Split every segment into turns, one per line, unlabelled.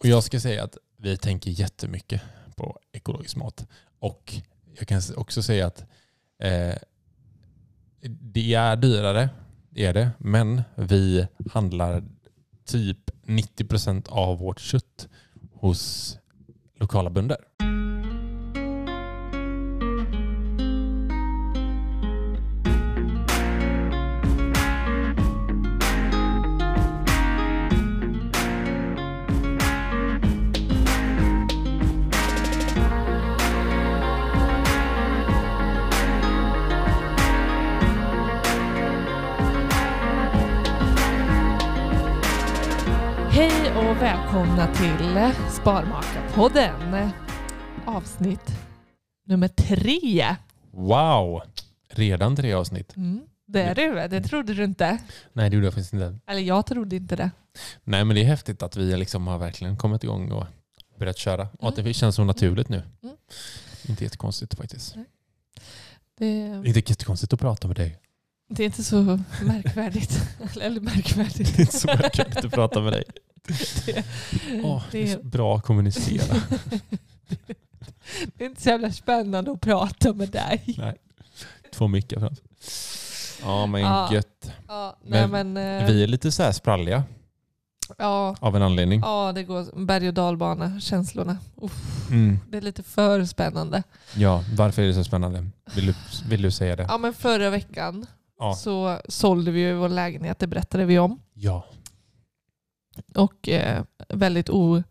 Och jag ska säga att vi tänker jättemycket på ekologisk mat. Och jag kan också säga att eh, det är dyrare, det är det. Men vi handlar typ 90 procent av vårt kött hos lokala bönder.
Hej och välkomna till Sparmakarpodden. Avsnitt nummer tre.
Wow! Redan tre avsnitt.
Mm, det är du, det trodde du inte.
Nej, det gjorde jag faktiskt inte.
Eller jag trodde inte det.
Nej, men det är häftigt att vi liksom har verkligen kommit igång och börjat köra. Och att det känns så naturligt nu.
Mm.
Inte jättekonstigt faktiskt.
Det,
Inte jättekonstigt att prata med dig.
det är inte så märkvärdigt. Eller- Eller märkvärdigt.
Det är inte så märkligt att prata med dig. Åh, det är så bra att kommunicera.
Det är inte så jävla spännande att prata med dig.
Nej. Två mickar framför. Ja men
Ja.
gött.
Ja, nej, men, eh,
Vi är lite så här spralliga
ja,
av en anledning.
ja, det går berg och dalbana, känslorna. Uff,
Mm.
det är lite för spännande.
Ja, varför är det så spännande? Vill du, vill du säga det?
Ja, men förra veckan
Ja.
så sålde vi ju vår lägenhet, det berättade vi om.
Ja.
Och eh, väldigt o-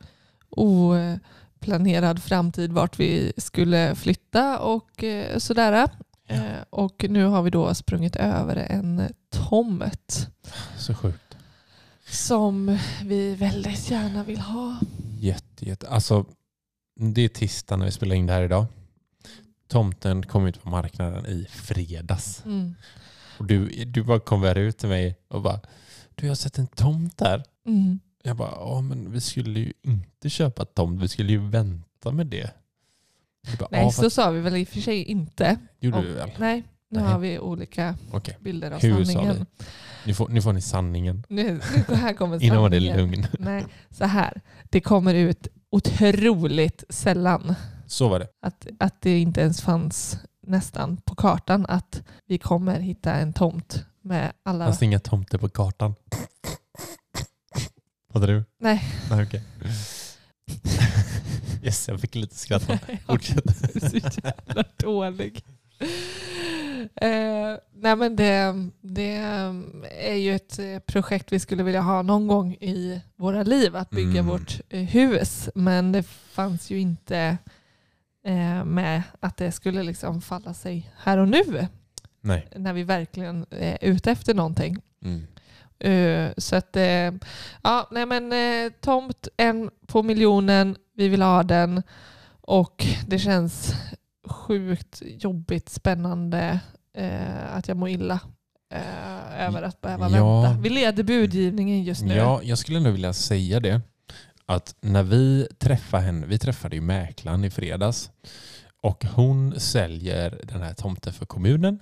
oplanerad framtid vart vi skulle flytta och eh, sådär.
Ja.
Eh, och nu har vi då sprungit över en tomt
Så sjukt.
som vi väldigt gärna vill ha.
Jätte, jätte. Alltså, det är tisdag när vi spelar in det här idag. Tomten kom ut på marknaden i fredags.
Mm.
Och du, du bara kom väl ut till mig och bara, du jag har sett en tomt där.
Mm.
Jag bara, ja men vi skulle ju inte köpa tomt, vi skulle ju vänta med det. Jag bara,
Nej,
"Ja,
så sa vi väl i och för sig inte.
Gjorde
Och-
du väl?
Nej, nu
Nej.
har vi olika
Okej.
bilder av
Hur sa vi?
sanningen.
Nu får, nu får ni sanningen.
Nu, nu, här kommer
Innan var det
sanningen.
lugn.
Nej, så här. Det kommer ut otroligt sällan
Så var det.
att, att det inte ens fanns nästan på kartan att vi kommer hitta en tomt med alla...
Fanns det inga tomter på kartan? Fattar du?
Nej.
Nej, okej. Yes, jag fick lite skratt.
Nej, jag
Fortsätt.
är så jävla dålig. Eh, nej men det, det är ju ett eh, projekt vi skulle vilja ha någon gång i våra liv, att bygga
Mm.
vårt eh, hus. Men det fanns ju inte eh, med att det skulle liksom falla sig här och nu,
Nej.
när vi verkligen eh, är ute efter någonting.
Mm.
Eh, Så att, eh, ja, nej men eh, tomt, en på miljonen, vi vill ha den och det känns sjukt jobbigt spännande eh, att jag mår illa eh, över att behöva
Ja.
vänta. Vi leder budgivningen just nu.
Ja, jag skulle ändå vilja säga det. Att när vi träffade henne, vi träffade ju mäklaren i fredags och hon säljer den här tomten för kommunen.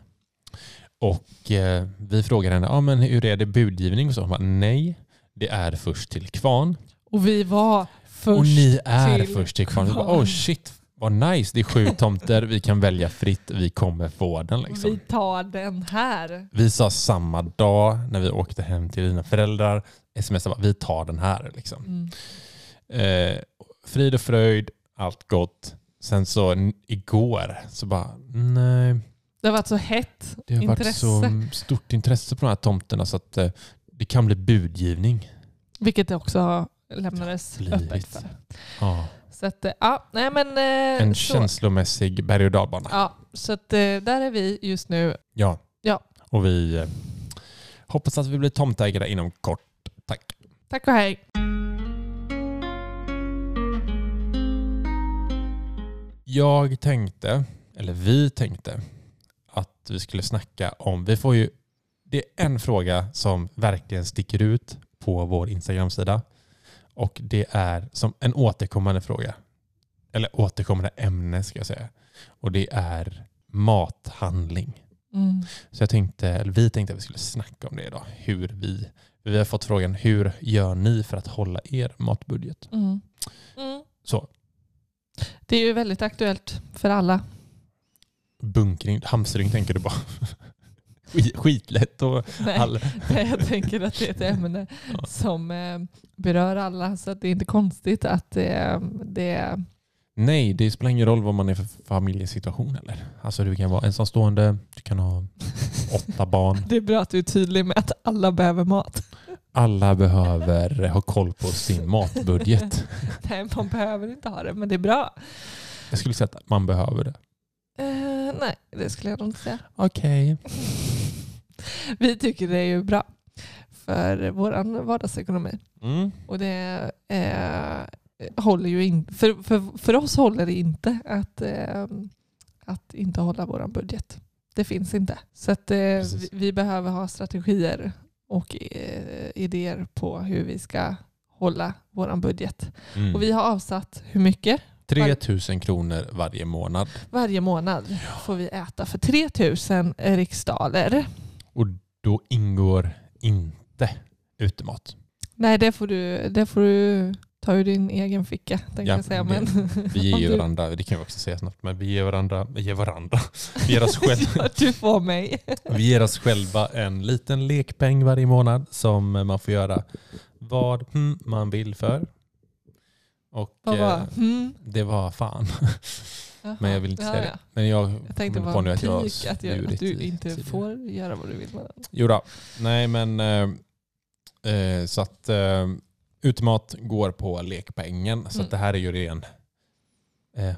Och eh, vi frågar henne, ah, men hur är det budgivning? Och så hon bara, nej, det är först till kvarn.
Och vi var först.
och ni är
till
först till kvarn. Vi Bara,
kvarn.
oh shit, vad nice, det är sju tomter, vi kan välja fritt, vi kommer få den. Liksom.
Vi tar den här.
Vi sa samma dag när vi åkte hem till dina föräldrar, smsade bara, vi tar den här. Liksom.
Mm.
Eh, frid och fröjd, allt gott. Sen så n- igår så bara, nej,
Det har varit så hett.
det har
Intresse.
varit så stort intresse på de här tomterna så att eh, det kan bli budgivning.
Vilket det också lämnades
Blivit.
öppet för.
Ja.
Så att, eh, ja, nej men, eh,
En
så.
känslomässig berg och dalbana. Ja.
Ja, så att, eh, där är vi just nu.
Ja.
Ja.
Och vi eh, hoppas att vi blir tomtägare inom kort. Tack.
Tack och hej.
Jag tänkte, eller vi tänkte, att vi skulle snacka om, vi får ju, det är en fråga som verkligen sticker ut på vår Instagram-sida och det är som en återkommande fråga, eller återkommande ämne ska jag säga, och det är mathandling.
Mm.
Så jag tänkte, eller vi tänkte att vi skulle snacka om det idag, hur vi Vi har fått frågan hur gör ni för att hålla er matbudget?
Mm. Mm.
Så,
Det är ju väldigt aktuellt för alla.
bunkring, hamstring tänker du bara. Skit- Skitlätt och
Nej,
all...
nej, jag tänker att det är ett ämne
Ja.
som eh, berör alla så att det är inte konstigt att eh, det...
Nej, det spelar ingen roll vad man är för familjesituation eller. Alltså du kan vara ensamstående, du kan ha åtta barn.
Det är bra att du är tydlig med att alla behöver mat.
Alla behöver ha koll på sin matbudget.
Nej, man behöver inte ha det, men det är bra.
Jag skulle säga att man behöver det.
Eh, nej, det skulle jag nog inte säga.
Okej.
Vi tycker det är ju bra för vår vardagsekonomi.
Mm.
Och det eh, håller ju in, för, för, för oss håller det inte att, eh, att inte hålla vår budget. Det finns inte. Så att, eh, vi,
Precis.
vi behöver ha strategier och eh, idéer på hur vi ska hålla vår budget.
Mm.
Och vi har avsatt hur mycket?
3 000 kronor varje månad.
Varje månad får vi äta för 3000 riksdaler.
Och då ingår inte utemat.
Nej, det får du, det får du ta ur din egen ficka. Tänkte
Ja,
jag säga.
det-
Men,
Vi ger
om
ju
du-
varandra, det kan vi också säga snabbt, men vi ger varandra, vi ger varandra. Vi ger oss själva,
Ja, du får mig.
vi ger oss själva en liten lekpeng varje månad som man får göra vad mm, man vill för. Och
Och bara,
eh,
hmm,
det var fan.
jaha.
Men jag vill inte
Ja,
säga
ja.
det. Men jag,
Jag tänkte
kom
bara
på nu att jag har
peak, att, jag, att
svurit
du
i-
inte
tidigare.
får göra vad du vill med den.
Jo då. Nej men eh, eh, så att eh, utmat går på lekpengen. Så
Mm.
att det här är ju ren eh,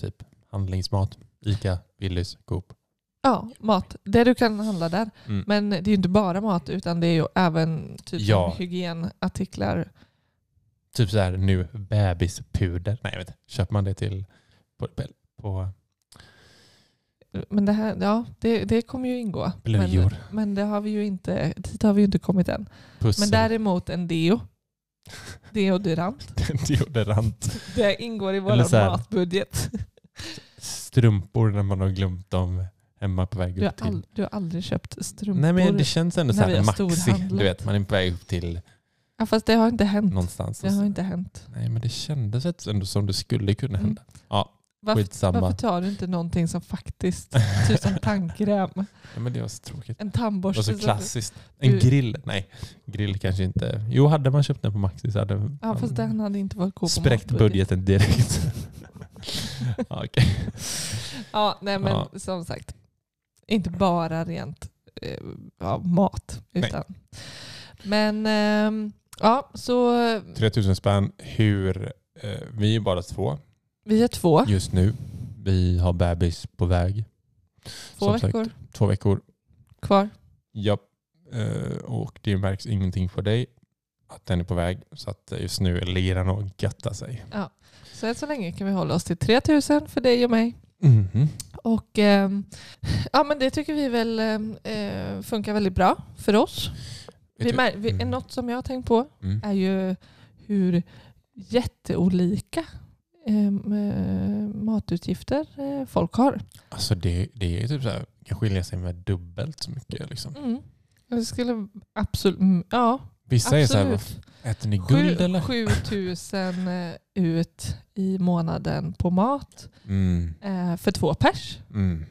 typ handlingsmat. Ica, Willys, Coop.
Ja, mat. Det du kan handla där.
Mm.
Men det är ju inte bara mat utan det är ju även typ
Ja.
hygienartiklar.
Typ så här nu bebispuder. Nej jag vet inte. Köper man det till på, på
Men det här, ja, det, det kommer ju ingå. Men,
blöjor,
men det har vi ju inte, dit har vi ju inte kommit än.
pussel,
Men däremot en deo. Deodorant.
deodorant,
Det ingår i
Eller
vår
så här-
matbudget.
strumpor när man har glömt dem hemma på väg
Du har,
upp till.
ald- du har aldrig köpt strumpor.
Nej men det känns ändå så
när vi
här
har
maxi.
storhandlat.
Du vet man är på väg upp till
ja, fast det har inte hänt.
någonstans.
Det har inte hänt.
Nej, men det kändes ett- ändå som det skulle kunna
Mm.
hända.
Varför,
Skitsamma.
varför tar du inte någonting som faktiskt, typ som tandkräm,
Nej, men det var så tråkigt.
en
Det var
tandborste?
så
som-
klassiskt. En
Du-
grill? Nej, grill kanske inte. Jo, hade man köpt den på Maxi så hade
Ja fast den hade inte varit god på
spräckt
matbudget.
budgeten direkt. ja, okej.
Ja nej men
Ja.
som sagt, inte bara rent eh, ja, mat.
Nej.
Utan. Men ehm, ja, så
3000 spänn. Hur, eh, vi är bara två
vi är två,
just nu. Vi har bebis på väg.
två
som sagt.
veckor
Två veckor.
kvar.
Ja. Och det märks ingenting på dig att den är på väg. Så att eh, just nu ligger den och göttar sig.
Så än så länge kan vi hålla oss till 3000 för dig och mig.
Mhm.
Och ehm, ja men det tycker vi väl ehm, eh, funkar väldigt bra för oss. Vi
Vet du-
mär, vi,
Mm.
Något som jag har tänkt på
Mm.
är ju hur jätteolika ehm, eh, matutgifter eh, folk har.
Alltså det, det är typ så här, kan skilja sig med dubbelt så mycket. Liksom.
Mm. Jag skulle absolut... mm, Ja,
Vissa är så här, vad
absolut.
f- äter ni guld
Sju-
eller?
7000 eh, ut i månaden på mat
Mm,
eh, för två pers.
mm.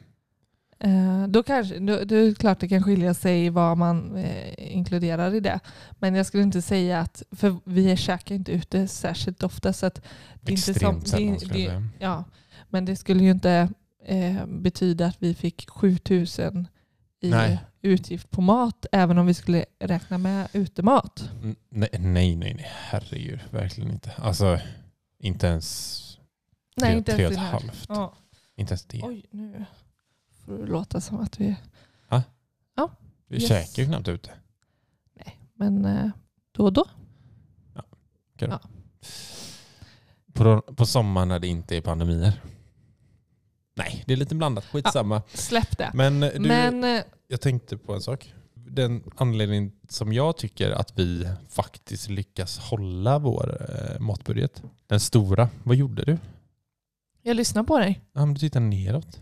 Eh, Då kanske, då, då är det klart det kan skilja sig i vad man eh, inkluderar i det. Men jag skulle inte säga att, för vi käkar inte ute särskilt ofta så att Det är inte som-
Extremt
det-
sällan skulle
det-
jag säga.
Ja, men det skulle ju inte eh, betyda att vi fick 7000 i
Nej.
utgift på mat, även om vi skulle räkna med utemat.
Mm, Nej, nej, nej, nej, herregud. Verkligen inte. Alltså inte ens
Nej,
tre,
inte
tre och
ens
ett
det här.
halvt.
Ja.
Inte ens det.
Oj, nu får det låta som att vi...
Vi
yes.
käkar ju knappt ute.
Men eh, då och då.
På, på sommaren när det inte är pandemier. Nej, det är lite blandat. Skitsamma.
Släpp det.
Men eh, du,
Ah, men eh,
Jag tänkte på en sak. Den anledningen som jag tycker att vi faktiskt lyckas hålla vår eh, matbudget. Den stora. Vad gjorde du?
jag lyssnar på dig.
Ja, men du tittade neråt.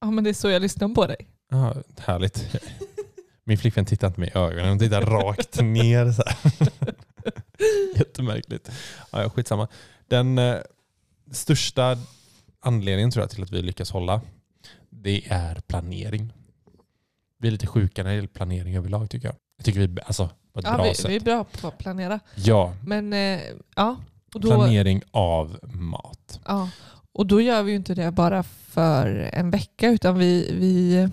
Ja, men det är så jag lyssnar på dig.
Ja, härligt. Min flickvän tittar inte mig i ögonen, hon tittar rakt ner. Så här. Jättemärkligt. Ja, ja, skitsamma. Den eh, största anledningen tror jag till att vi lyckas hålla, det är planering. Vi är lite sjuka när det gäller planering överlag tycker jag. Jag tycker vi alltså, på ett
Ja,
bra
vi,
sätt.
vi är bra på att planera.
Ja,
Men eh, ja, och då,
planering av mat.
ja, och då gör vi ju inte det bara för en vecka utan vi, vi,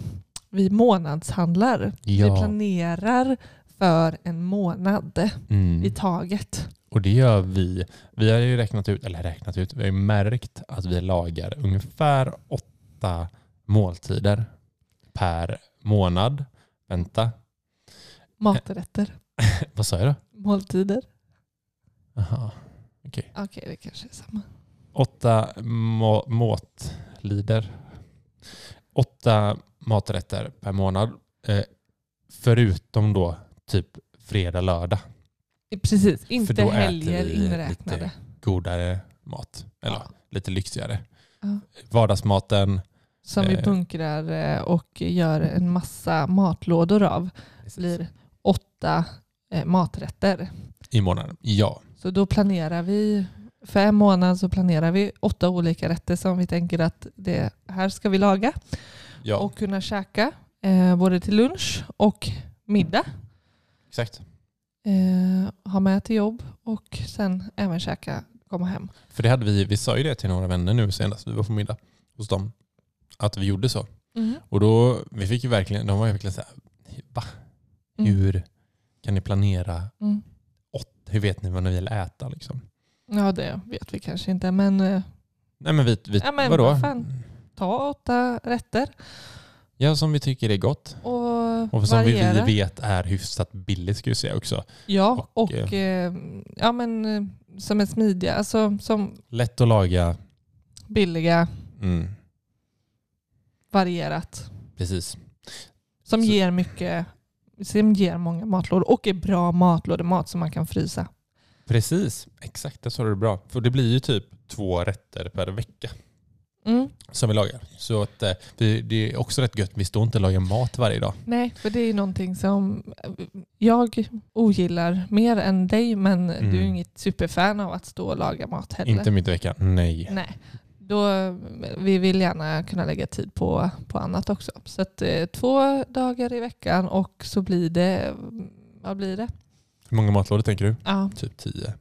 vi månadshandlar. Vi
Ja.
planerar för en månad i
Mm.
taget.
Och det gör vi. Vi har ju räknat ut, eller räknat ut, vi har ju märkt att vi lagar ungefär åtta måltider per månad. Vänta,
Maträtter,
vad sa jag då?
måltider.
Aha.
Okej, det kanske är samma.
Åtta må- måtlider. Åtta maträtter per månad. Eh, förutom då typ fredag, lördag.
Eh, Precis,
då
inte
äter
helger
vi
inräknade.
lite- Godare mat. Eller
Ja.
lite lyxigare.
Ja.
Vardagsmaten.
Som vi
Eh.
bunkrar eh, och gör en massa matlådor av. blir åtta eh, maträtter.
I månaden. Ja.
Så då planerar vi, för en månad så planerar vi åtta olika rätter som vi tänker att det här ska vi laga
ja.
och kunna käka. Eh, både till lunch och middag.
Exakt.
Eh, ha med till jobb och sen även käka, komma hem.
För det hade vi, vi sa ju det till några vänner nu senast vi var på middag hos dem. Att vi gjorde så.
Mm.
Och då, vi fick ju verkligen, de var ju verkligen så här, va? Hur kan ni planera?
Mm.
Hur vet ni vad ni vill äta liksom?
Ja, det vet vi kanske inte, men eh,
Nej men vi, vi
Ja, men
vadå?
vad fan. ta åtta rätter
Ja som vi tycker är gott.
och,
Och som vi,
variera.
vi vet är hyfsat billigt ska vi säga också.
Ja,
Och,
och, eh, ja, men, eh, som är smidiga, alltså, som
Lätt att laga.
billiga,
Mm,
varierat,
precis.
som
Så-
ger mycket som ger många matlådor och är bra matlådemat som man kan frysa.
Precis, exakt det sa du bra. För det blir ju typ två rätter per vecka.
Mm.
som vi lagar. Så att, eh, vi, det är också rätt gött. Vi står inte och lagar mat varje dag.
Nej, för det är ju någonting som eh, jag ogillar mer än dig, men
Mm.
du är ju inget superfan av att stå och laga mat heller.
Inte mitt i veckan. Nej.
Nej. Då, eh, vi vill gärna kunna lägga tid på, på annat också. Så att, eh, två dagar i veckan och så blir det, vad blir det?
Hur många matlådor tänker du?
Ja,
Typ tio.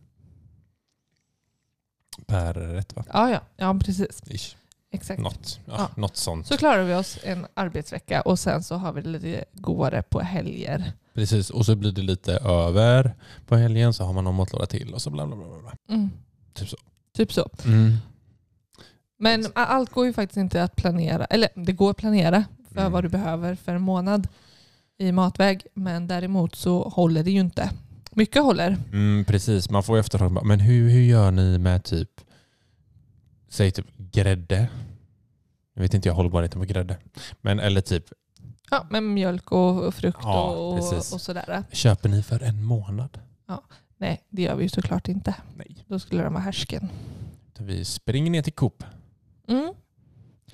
Per rätt va?
ja, ja, ja precis.
Ish.
Exakt.
Något. Ja,
Ja.
något sånt.
Så klarar vi oss en arbetsvecka och sen så har vi det lite godare på helger.
Precis. Och så blir det lite över på helgen så har man någon matlåda till och så bla bla bla. bla, bla.
Mm.
Typ så.
Typ så. Men a- allt går ju faktiskt inte att planera, eller det går att planera för
Mm.
vad du behöver för en månad i matväg. Men däremot så håller det ju inte. Mycket håller.
Mm, precis. Man får ju efterhand bara, men hur, hur gör ni med typ, säg typ grädde? Jag vet inte jag hållbarheten på grädde. Men eller typ,
Ja, med mjölk och och frukt
Ja,
och, och
precis.
sådär.
köper ni för en månad?
Nej, det gör vi ju såklart inte.
Nej.
Då skulle den vara härsken.
Vi springer ner till Coop
Mm.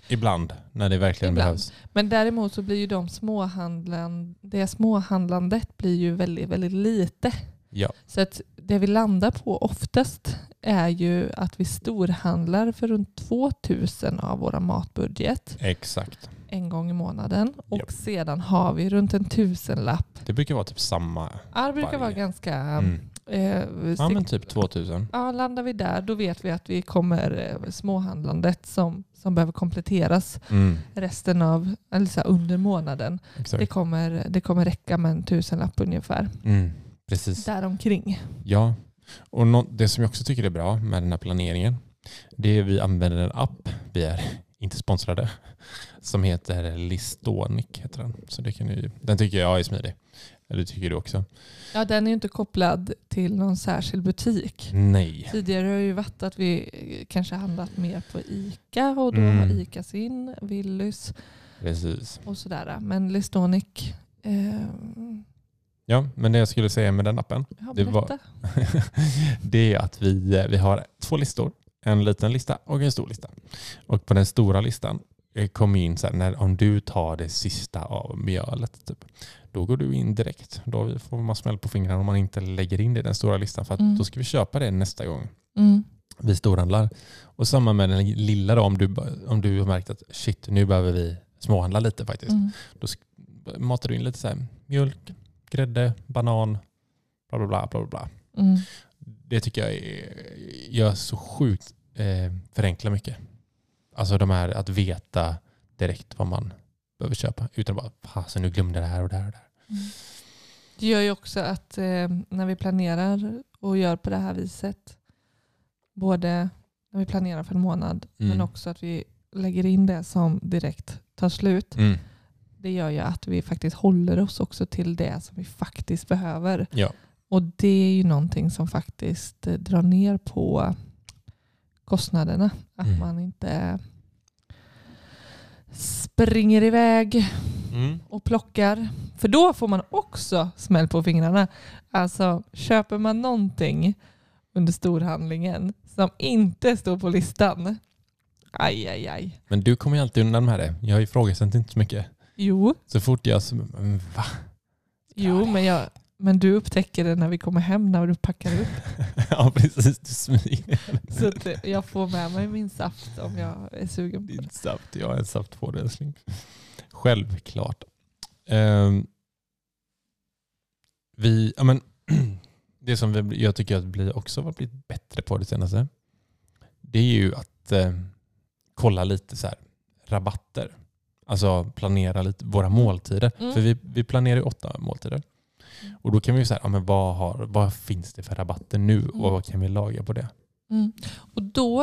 ibland när det verkligen
Ibland.
behövs.
Men däremot så blir ju de småhandlan, det småhandlandet blir ju väldigt, väldigt lite.
Ja.
Så att det vi landar på oftast är ju att vi storhandlar för runt 2000 av våra matbudget
Exakt.
en gång i månaden. Och
Japp.
sedan har vi runt en tusenlapp.
Det brukar vara typ samma.
Ja, Det brukar vara
Varje.
ganska...
Mm.
Eh,
Ja men typ 2000.
Ja, landar vi där då vet vi att vi kommer eh, småhandlandet som, som behöver kompletteras
Mm.
resten av, eller så här, under månaden. Det
Exakt.
kommer, det kommer räcka med en tusenlapp ungefär.
Mm. Precis.
Däromkring.
Ja. Och nå- det som jag också tycker är bra med den här planeringen det är vi använder en app, vi är inte sponsrade, som heter Listonic. Heter den. Så det kan ni, den tycker jag är smidig. Eller tycker du också?
Ja, den är ju inte kopplad till någon särskild butik.
Nej.
Tidigare har det ju varit att vi eh, kanske handlat mer på ICA och då
Mm.
har ICA sin, Willys
Precis.
och sådär. Men Listonic, eh,
Ja, men det jag skulle säga med den appen
ja,
Det var-
berätta.
det är att vi, vi har två listor. En liten lista och en stor lista. Och på den stora listan eh, kommer in så här, när, om du tar det sista av mjölet, typ, då går du in direkt. Då får man smäll på fingrarna om man inte lägger in det i den stora listan. För att
Mm.
då ska vi köpa det nästa gång
Mm.
vi storhandlar. Och samma med den lilla då, om du, om du har märkt att shit, nu behöver vi småhandla lite faktiskt.
Mm.
Då sk- matar du in lite så här, mjölk, grädde, banan, bla bla bla. bla, bla, bla.
Mm.
Det tycker jag är, gör så sjukt eh, förenklar mycket. Alltså de här att veta direkt vad man behöver köpa utan bara, fasen nu glömde jag det här och det här och det här.
Det gör ju också att eh, när vi planerar och gör på det här viset, både när vi planerar för en månad men
Mm.
också att vi lägger in det som direkt tar slut,
Mm,
det gör ju att vi faktiskt håller oss också till det som vi faktiskt behöver.
Ja.
Och det är ju någonting som faktiskt eh, drar ner på kostnaderna. Att
Mm.
man inte springer iväg och plockar. För då får man också smäll på fingrarna. Alltså köper man någonting under storhandlingen som inte står på listan. Aj, aj, aj.
Men du kommer ju alltid undan med det. Jag har ju ifrågasatt inte så mycket.
Jo,
Så fort jag... så- mm, Va?
jo men, jag, men du upptäcker det när vi kommer hem när du packar upp.
ja precis, du smyger.
Så att eh, jag får med mig min saft om jag är sugen på det.
Din saft, jag är en saft på dig älskling. Självklart. Ehm, vi, ja, men, det som vi, jag tycker att vi också har blivit bättre på det senaste, det är ju att eh, kolla lite så här, rabatter. Alltså planera lite våra måltider.
Mm.
För vi, vi planerar ju åtta måltider. Och då kan vi ju säga, ja, men vad, har, vad finns det för rabatter nu och
Mm.
vad kan vi laga på det?
Mm. Och då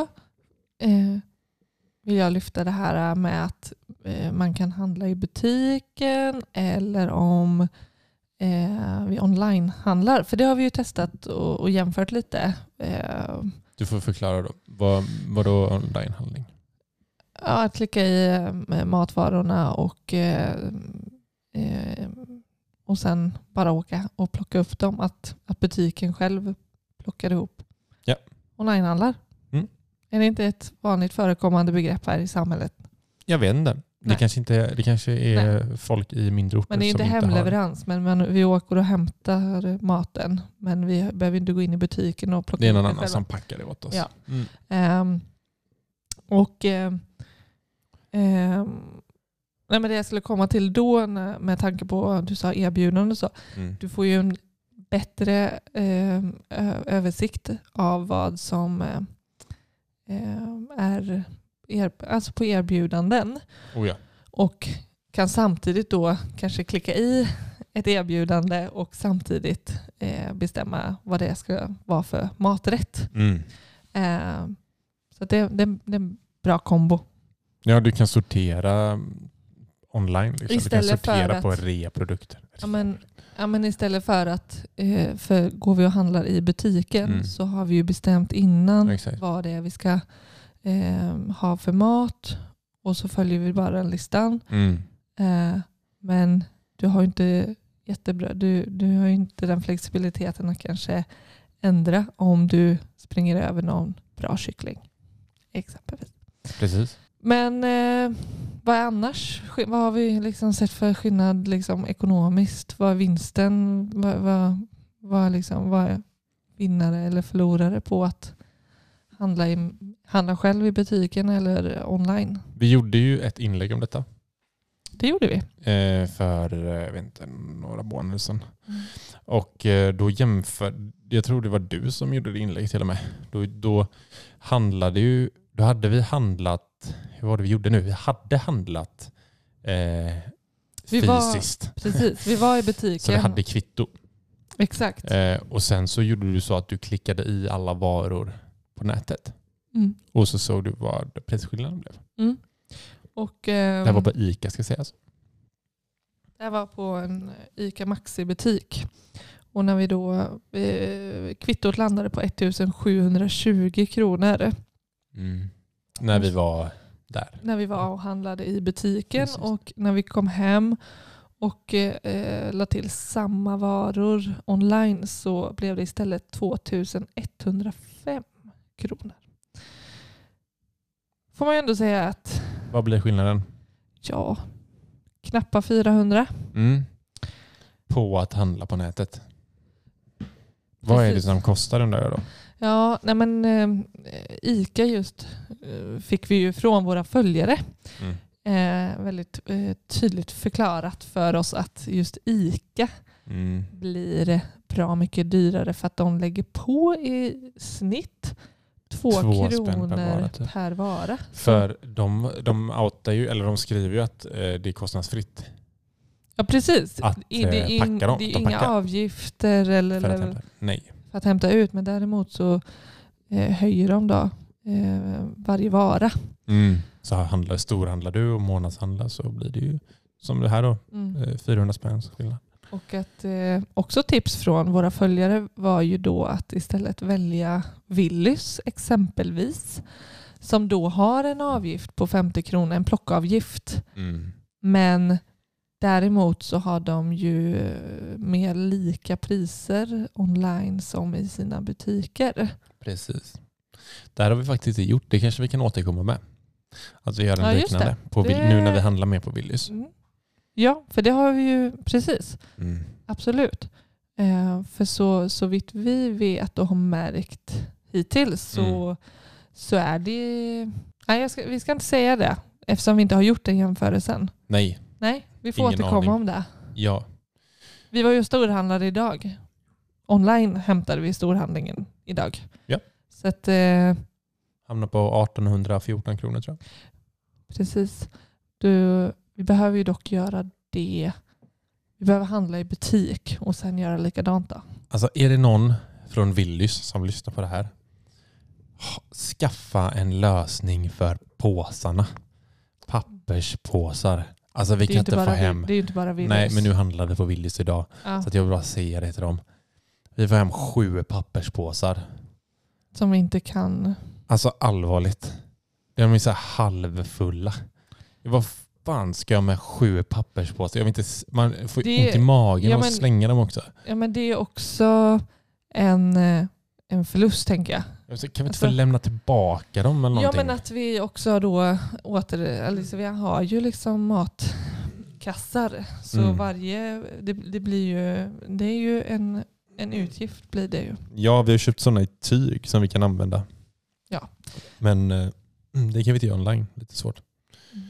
eh, vill jag lyfta det här med att eh, man kan handla i butiken eller om eh, vi online-handlar. För det har vi ju testat och, och jämfört lite. Eh,
Du får förklara då. Vad, vad då onlinehandling?
ja, att klicka i eh, matvarorna och, eh, eh, och sen bara åka och plocka upp dem. Att, att butiken själv plockar ihop
Ja.
onlinehandlar.
Mm.
Är det inte ett vanligt förekommande begrepp här i samhället?
Jag vet inte. Det
Nej.
kanske, inte, det kanske är folk i mindre orter
Men det är ju inte
som inte har...
hemleverans, men, men vi åker och hämtar maten. Men vi behöver inte gå in i butiken och plocka
Det är någon
upp
annan
själva.
som packar det åt oss.
Ja.
Mm.
Ehm, och ehm, ehm, nej men det jag skulle komma till då när- med tanke på du sa erbjudanden och så.
Mm.
Du får ju en bättre ehm, ö- översikt av vad som eh, ehm, är er, alltså på erbjudanden
Oh ja.
och kan samtidigt då kanske klicka i ett erbjudande och samtidigt eh, bestämma vad det ska vara för maträtt.
Mm.
Eh, så att det, det, det är en bra kombo.
ja, du kan sortera mm, online. Liksom. du kan
Istället för
sortera
att-
på reaprodukter.
Ja, men- Ja, men istället för att eh, för går vi och handlar i butiken
Mm.
så har vi ju bestämt innan
Exakt.
vad det är vi ska eh, ha för mat och så följer vi bara den listan.
Mm.
Eh, men du har ju inte jättebra, du, du har ju inte den flexibiliteten att kanske ändra om du springer över någon bra kyckling. Exempelvis.
Precis.
Men eh, vad är annars? Sk- Vad har vi liksom sett för skillnad liksom, ekonomiskt? Vad är vinsten? Vad, vad, vad, är liksom, vad är vinnare eller förlorare på att handla, i, handla själv i butiken eller online?
Vi gjorde ju ett inlägg om detta
Det gjorde vi.
eh, för eh, jag vet inte, några månader sedan.
Mm.
Och eh, då jämför, jag tror det var du som gjorde det inlägget till och med. Då, då handlade ju, då hade vi handlat, hur var det vi gjorde nu? Vi hade handlat eh,
Vi var-
fysiskt.
Precis, vi var i butiken.
Så vi hade kvitto.
Exakt.
Eh, och sen så gjorde du så att du klickade i alla varor på nätet.
Mm.
Och så såg du vad prisskillnaden blev.
Mm. Och, ehm,
Det här var på ICA ska sägas.
det här var på en ICA Maxi-butik. Och när vi då, eh, kvittot landade på 1720 kronor
När vi var där.
när vi var och handlade i butiken
Precis.
och när vi kom hem och eh, eh, la till samma varor online så blev det istället 2105 kronor. Får man ju ändå säga att
Vad blir skillnaden?
ja, knappa 400.
Mm. på att handla på nätet. Vad är det
Precis.
som kostar undrar jag då?
Ja, nej men eh, ICA just eh, fick vi ju från våra följare.
Mm.
Eh, väldigt eh, tydligt förklarat för oss att just ICA
Mm.
blir bra mycket dyrare för att de lägger på i snitt två,
Två spänn per
kronor per
vara,
vara.
typ. För de, de outar ju, eller de skriver ju att eh, det är kostnadsfritt
Ja, precis.
Att,
I- det är,
eh,
ing-
packa dem.
det är
De
inga
packar.
avgifter eller,
för att
eller-
hämta. Nej.
för att hämta ut, men däremot så eh, höjer de då eh, varje vara.
Så här handlar, storhandlar du och månadshandlar så blir det ju som det här då,
Mm.
eh, 400 spänn skillnad.
Och att eh, också tips från våra följare var ju då att istället välja Willys exempelvis. Som då har en avgift på 50 kronor, en plockavgift.
Mm.
Men däremot så har de ju eh, mer lika priser online som i sina butiker.
Precis. Det här har vi faktiskt inte gjort. Det kanske vi kan återkomma med. Att vi gör en
Ja, just
liknande. På, Will-
Det-
Nu när vi handlar mer på Willys.
Mm. Ja, för det har vi ju precis.
Mm.
Absolut. Eh, för så, så vitt vi vet och har märkt hittills så,
Mm.
så är det... Nej, jag ska, vi ska inte säga det eftersom vi inte har gjort den jämförelsen.
Nej,
Nej, vi får
Ingen
återkomma
aning.
om det.
ja.
Vi var ju storhandlare idag. Online hämtade vi storhandlingen idag.
Ja.
Så att, eh,
Hamnar på 1814 kronor tror jag.
precis. Du, vi behöver ju dock göra det. Vi behöver handla i butik och sen göra likadant då.
Alltså är det någon från Willys som lyssnar på det här. Skaffa en lösning för påsarna. Papperspåsar. Alltså vi
det, är
kan
ju
inte få
bara, vi-
hem.
det är ju inte bara Willys.
Nej, men nu handlar vi på Willys idag.
Ja.
Så att jag vill bara säga det till dem. Vi får hem sju papperspåsar.
Som vi inte kan.
Alltså allvarligt. De är så här halvfulla. Vad fan ska jag med sju papperspåsar? Jag vill inte, s- man får ju
Det-
ont i magen
ja,
och
men-
slänga dem också.
Ja, men det är också en, eh, en förlust tänker jag.
Jag säger, Kan vi inte få
Alltså-
lämna tillbaka dem eller
Ja,
någonting?
men att vi också då åter... Alltså, vi har ju liksom matkassar. Så
Mm.
varje... Det, det blir ju... Det är ju en, en utgift blir det ju.
Ja, vi har köpt sådana i tyg som vi kan använda.
Ja.
Men eh, det kan vi inte göra online. Lite svårt.
Mm.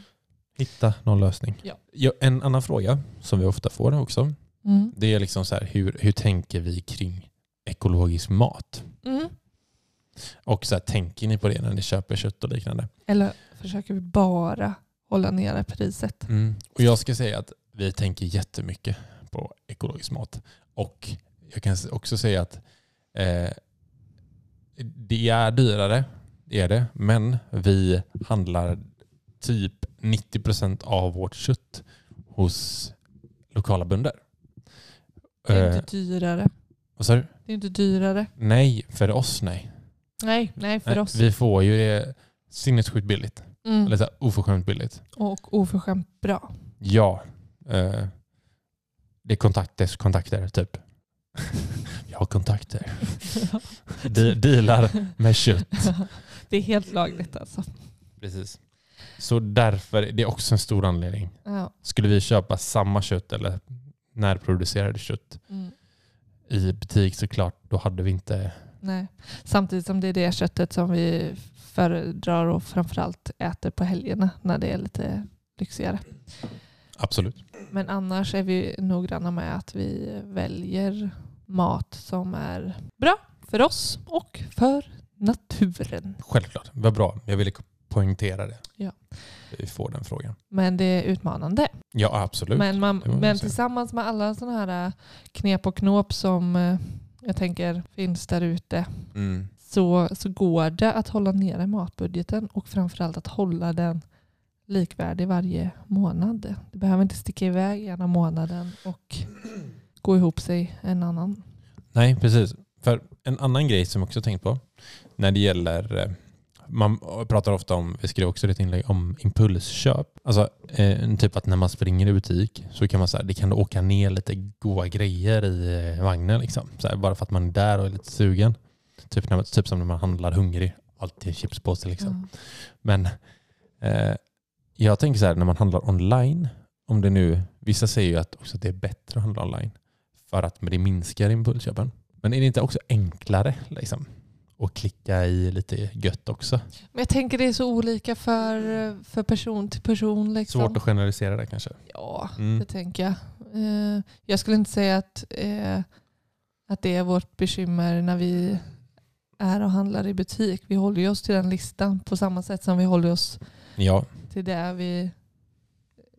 Hitta någon lösning.
Ja.
en annan fråga som vi ofta får också.
Mm.
Det är liksom så här, hur, hur tänker vi kring ekologisk mat?
Mm.
Och så här, tänker ni på det när ni köper kött och liknande?
Eller försöker vi bara hålla nere priset?
Mm. Och jag ska säga att vi tänker jättemycket på ekologisk mat. Och jag kan också säga att eh, det är dyrare, det är det, men vi handlar typ 90% av vårt kött hos lokala bönder.
Det är
Eh,
inte dyrare.
vad sa du?
Det är inte dyrare.
Nej, för oss nej.
Nej, nej för
nej
oss.
Vi får ju det sinnessjukt billigt. Eller
Mm.
så här, oförskämt billigt.
Och oförskämt bra.
Ja. Eh, det är kontakters kontakter, typ. Jag har kontakter. De- dealar med kött.
det är helt lagligt alltså.
Precis. Så därför, det är också en stor anledning.
Ja.
Skulle vi köpa samma kött eller närproducerade kött
Mm.
i butik såklart, då hade vi inte...
Nej. Samtidigt som det är det köttet som vi föredrar och framförallt äter på helgerna när det är lite lyxigare.
Absolut.
Men annars är vi noggranna med att vi väljer mat som är bra för oss och för naturen.
Självklart. Vad bra. Jag ville poängtera det.
Ja.
Vi får den frågan.
Men det är utmanande.
Ja, absolut.
Men, man,
Det får man
men
säga.
tillsammans med alla sådana här knep och knåp som eh, jag tänker finns där ute
Mm.
så, så går det att hålla nere matbudgeten och framförallt att hålla den likvärdig varje månad. Det behöver inte sticka iväg ena månaden och gå ihop sig en annan.
Nej, precis. För en annan grej som jag också tänkt på när det gäller, eh, man pratar ofta om, vi skrev också ett inlägg om impulsköp. Alltså eh, en typ att när man springer i butik så kan man så här, det kan åka ner lite goda grejer i eh, vagnen liksom. Så här, bara för att man är där och är lite sugen. Typ, när, man- typ som när man handlar hungrig, alltid en chipspåse liksom. Men eh, jag tänker så här, när man handlar online, om det nu, vissa säger ju att också att det är bättre att handla online. För att men det minskar impulsköpen. Men är det inte också enklare liksom, att klicka i lite gött också?
Men jag tänker det är så olika för, för person till person. Liksom.
Svårt att generalisera det kanske.
Ja,
Mm.
det tänker jag. Eh, jag skulle inte säga att, eh, att det är vårt bekymmer när vi är och handlar i butik. Vi håller ju oss till den listan på samma sätt som vi håller oss
Ja.
till det vi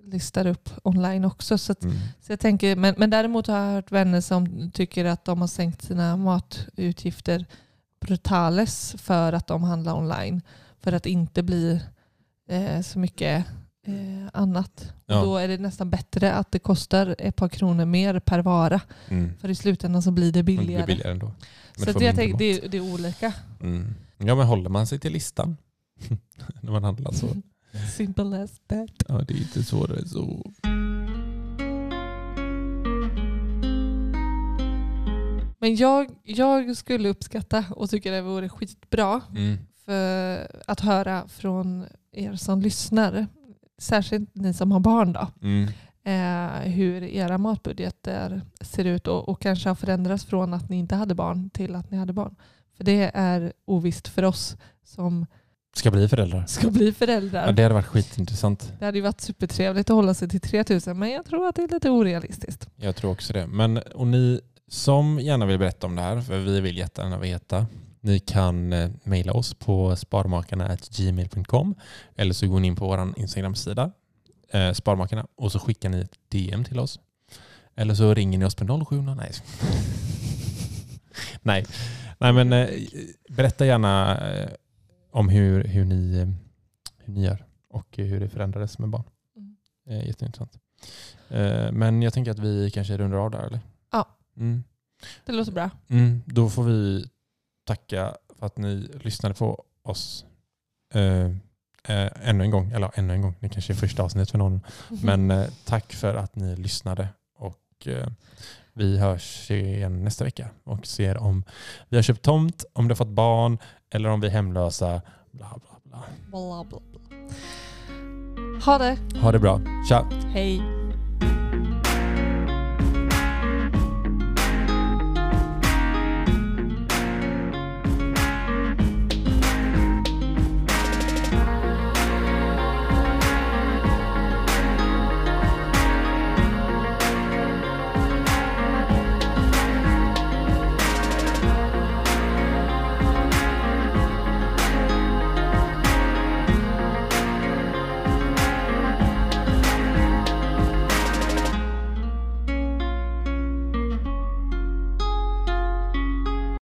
listar upp online också. Så, att,
Mm.
så jag tänker, men, men däremot har jag hört vänner som tycker att de har sänkt sina matutgifter brutales för att de handlar online. För att inte bli eh, så mycket eh, annat. Och Då
Ja.
är det nästan bättre att det kostar ett par kronor mer per vara.
Mm.
För i slutändan så blir det
Det
billigare.
blir billigare ändå. men du
så
får
att jag
mindre
tänker, det, är, det är olika.
Mm. Ja, men håller man sig till listan när man handlar så.
Simple as that.
Ja, det är inte svårare än så.
Men jag, jag skulle uppskatta och tycka det vore skitbra
Mm.
för att höra från er som lyssnar. Särskilt ni som har barn då.
Mm.
Eh, hur era matbudgeter ser ut och, och kanske har förändrats från att ni inte hade barn till att ni hade barn. För det är ovisst för oss som
Ska bli föräldrar.
ska bli föräldrar.
Ja, det hade varit skitintressant.
Det hade ju varit supertrevligt att hålla sig till 3000 men jag tror att det är lite orealistiskt.
Jag tror också det. Men och ni som gärna vill berätta om det här, för vi vill jättegärna veta, ni kan eh, mejla oss på sparmakarna.gmail.com eller så går ni in på vår Instagram-sida, eh, Sparmakarna, och så skickar ni ett DM till oss. Eller så ringer ni oss på 0700. Nej. Nej. Nej, men eh, berätta gärna eh, om hur, hur, ni, eh, hur ni gör och hur det förändrades med barn.
Mm.
Eh, jätteintressant. Eh, men jag tänker att vi kanske rundar av där, eller?
Ja.
Mm.
Det låter bra.
Mm. Då får vi tacka för att ni lyssnade på oss eh, eh, ännu en gång. Eller ja, ännu en gång, det kanske är första avsnittet för någon. Men eh, tack för att ni lyssnade. Och eh, vi hörs igen nästa vecka och ser om vi har köpt tomt, om du har fått barn eller om vi är hemlösa. Bla, bla, bla.
Bla, bla, bla. Ha det.
Ha det bra. Tja!
Hej.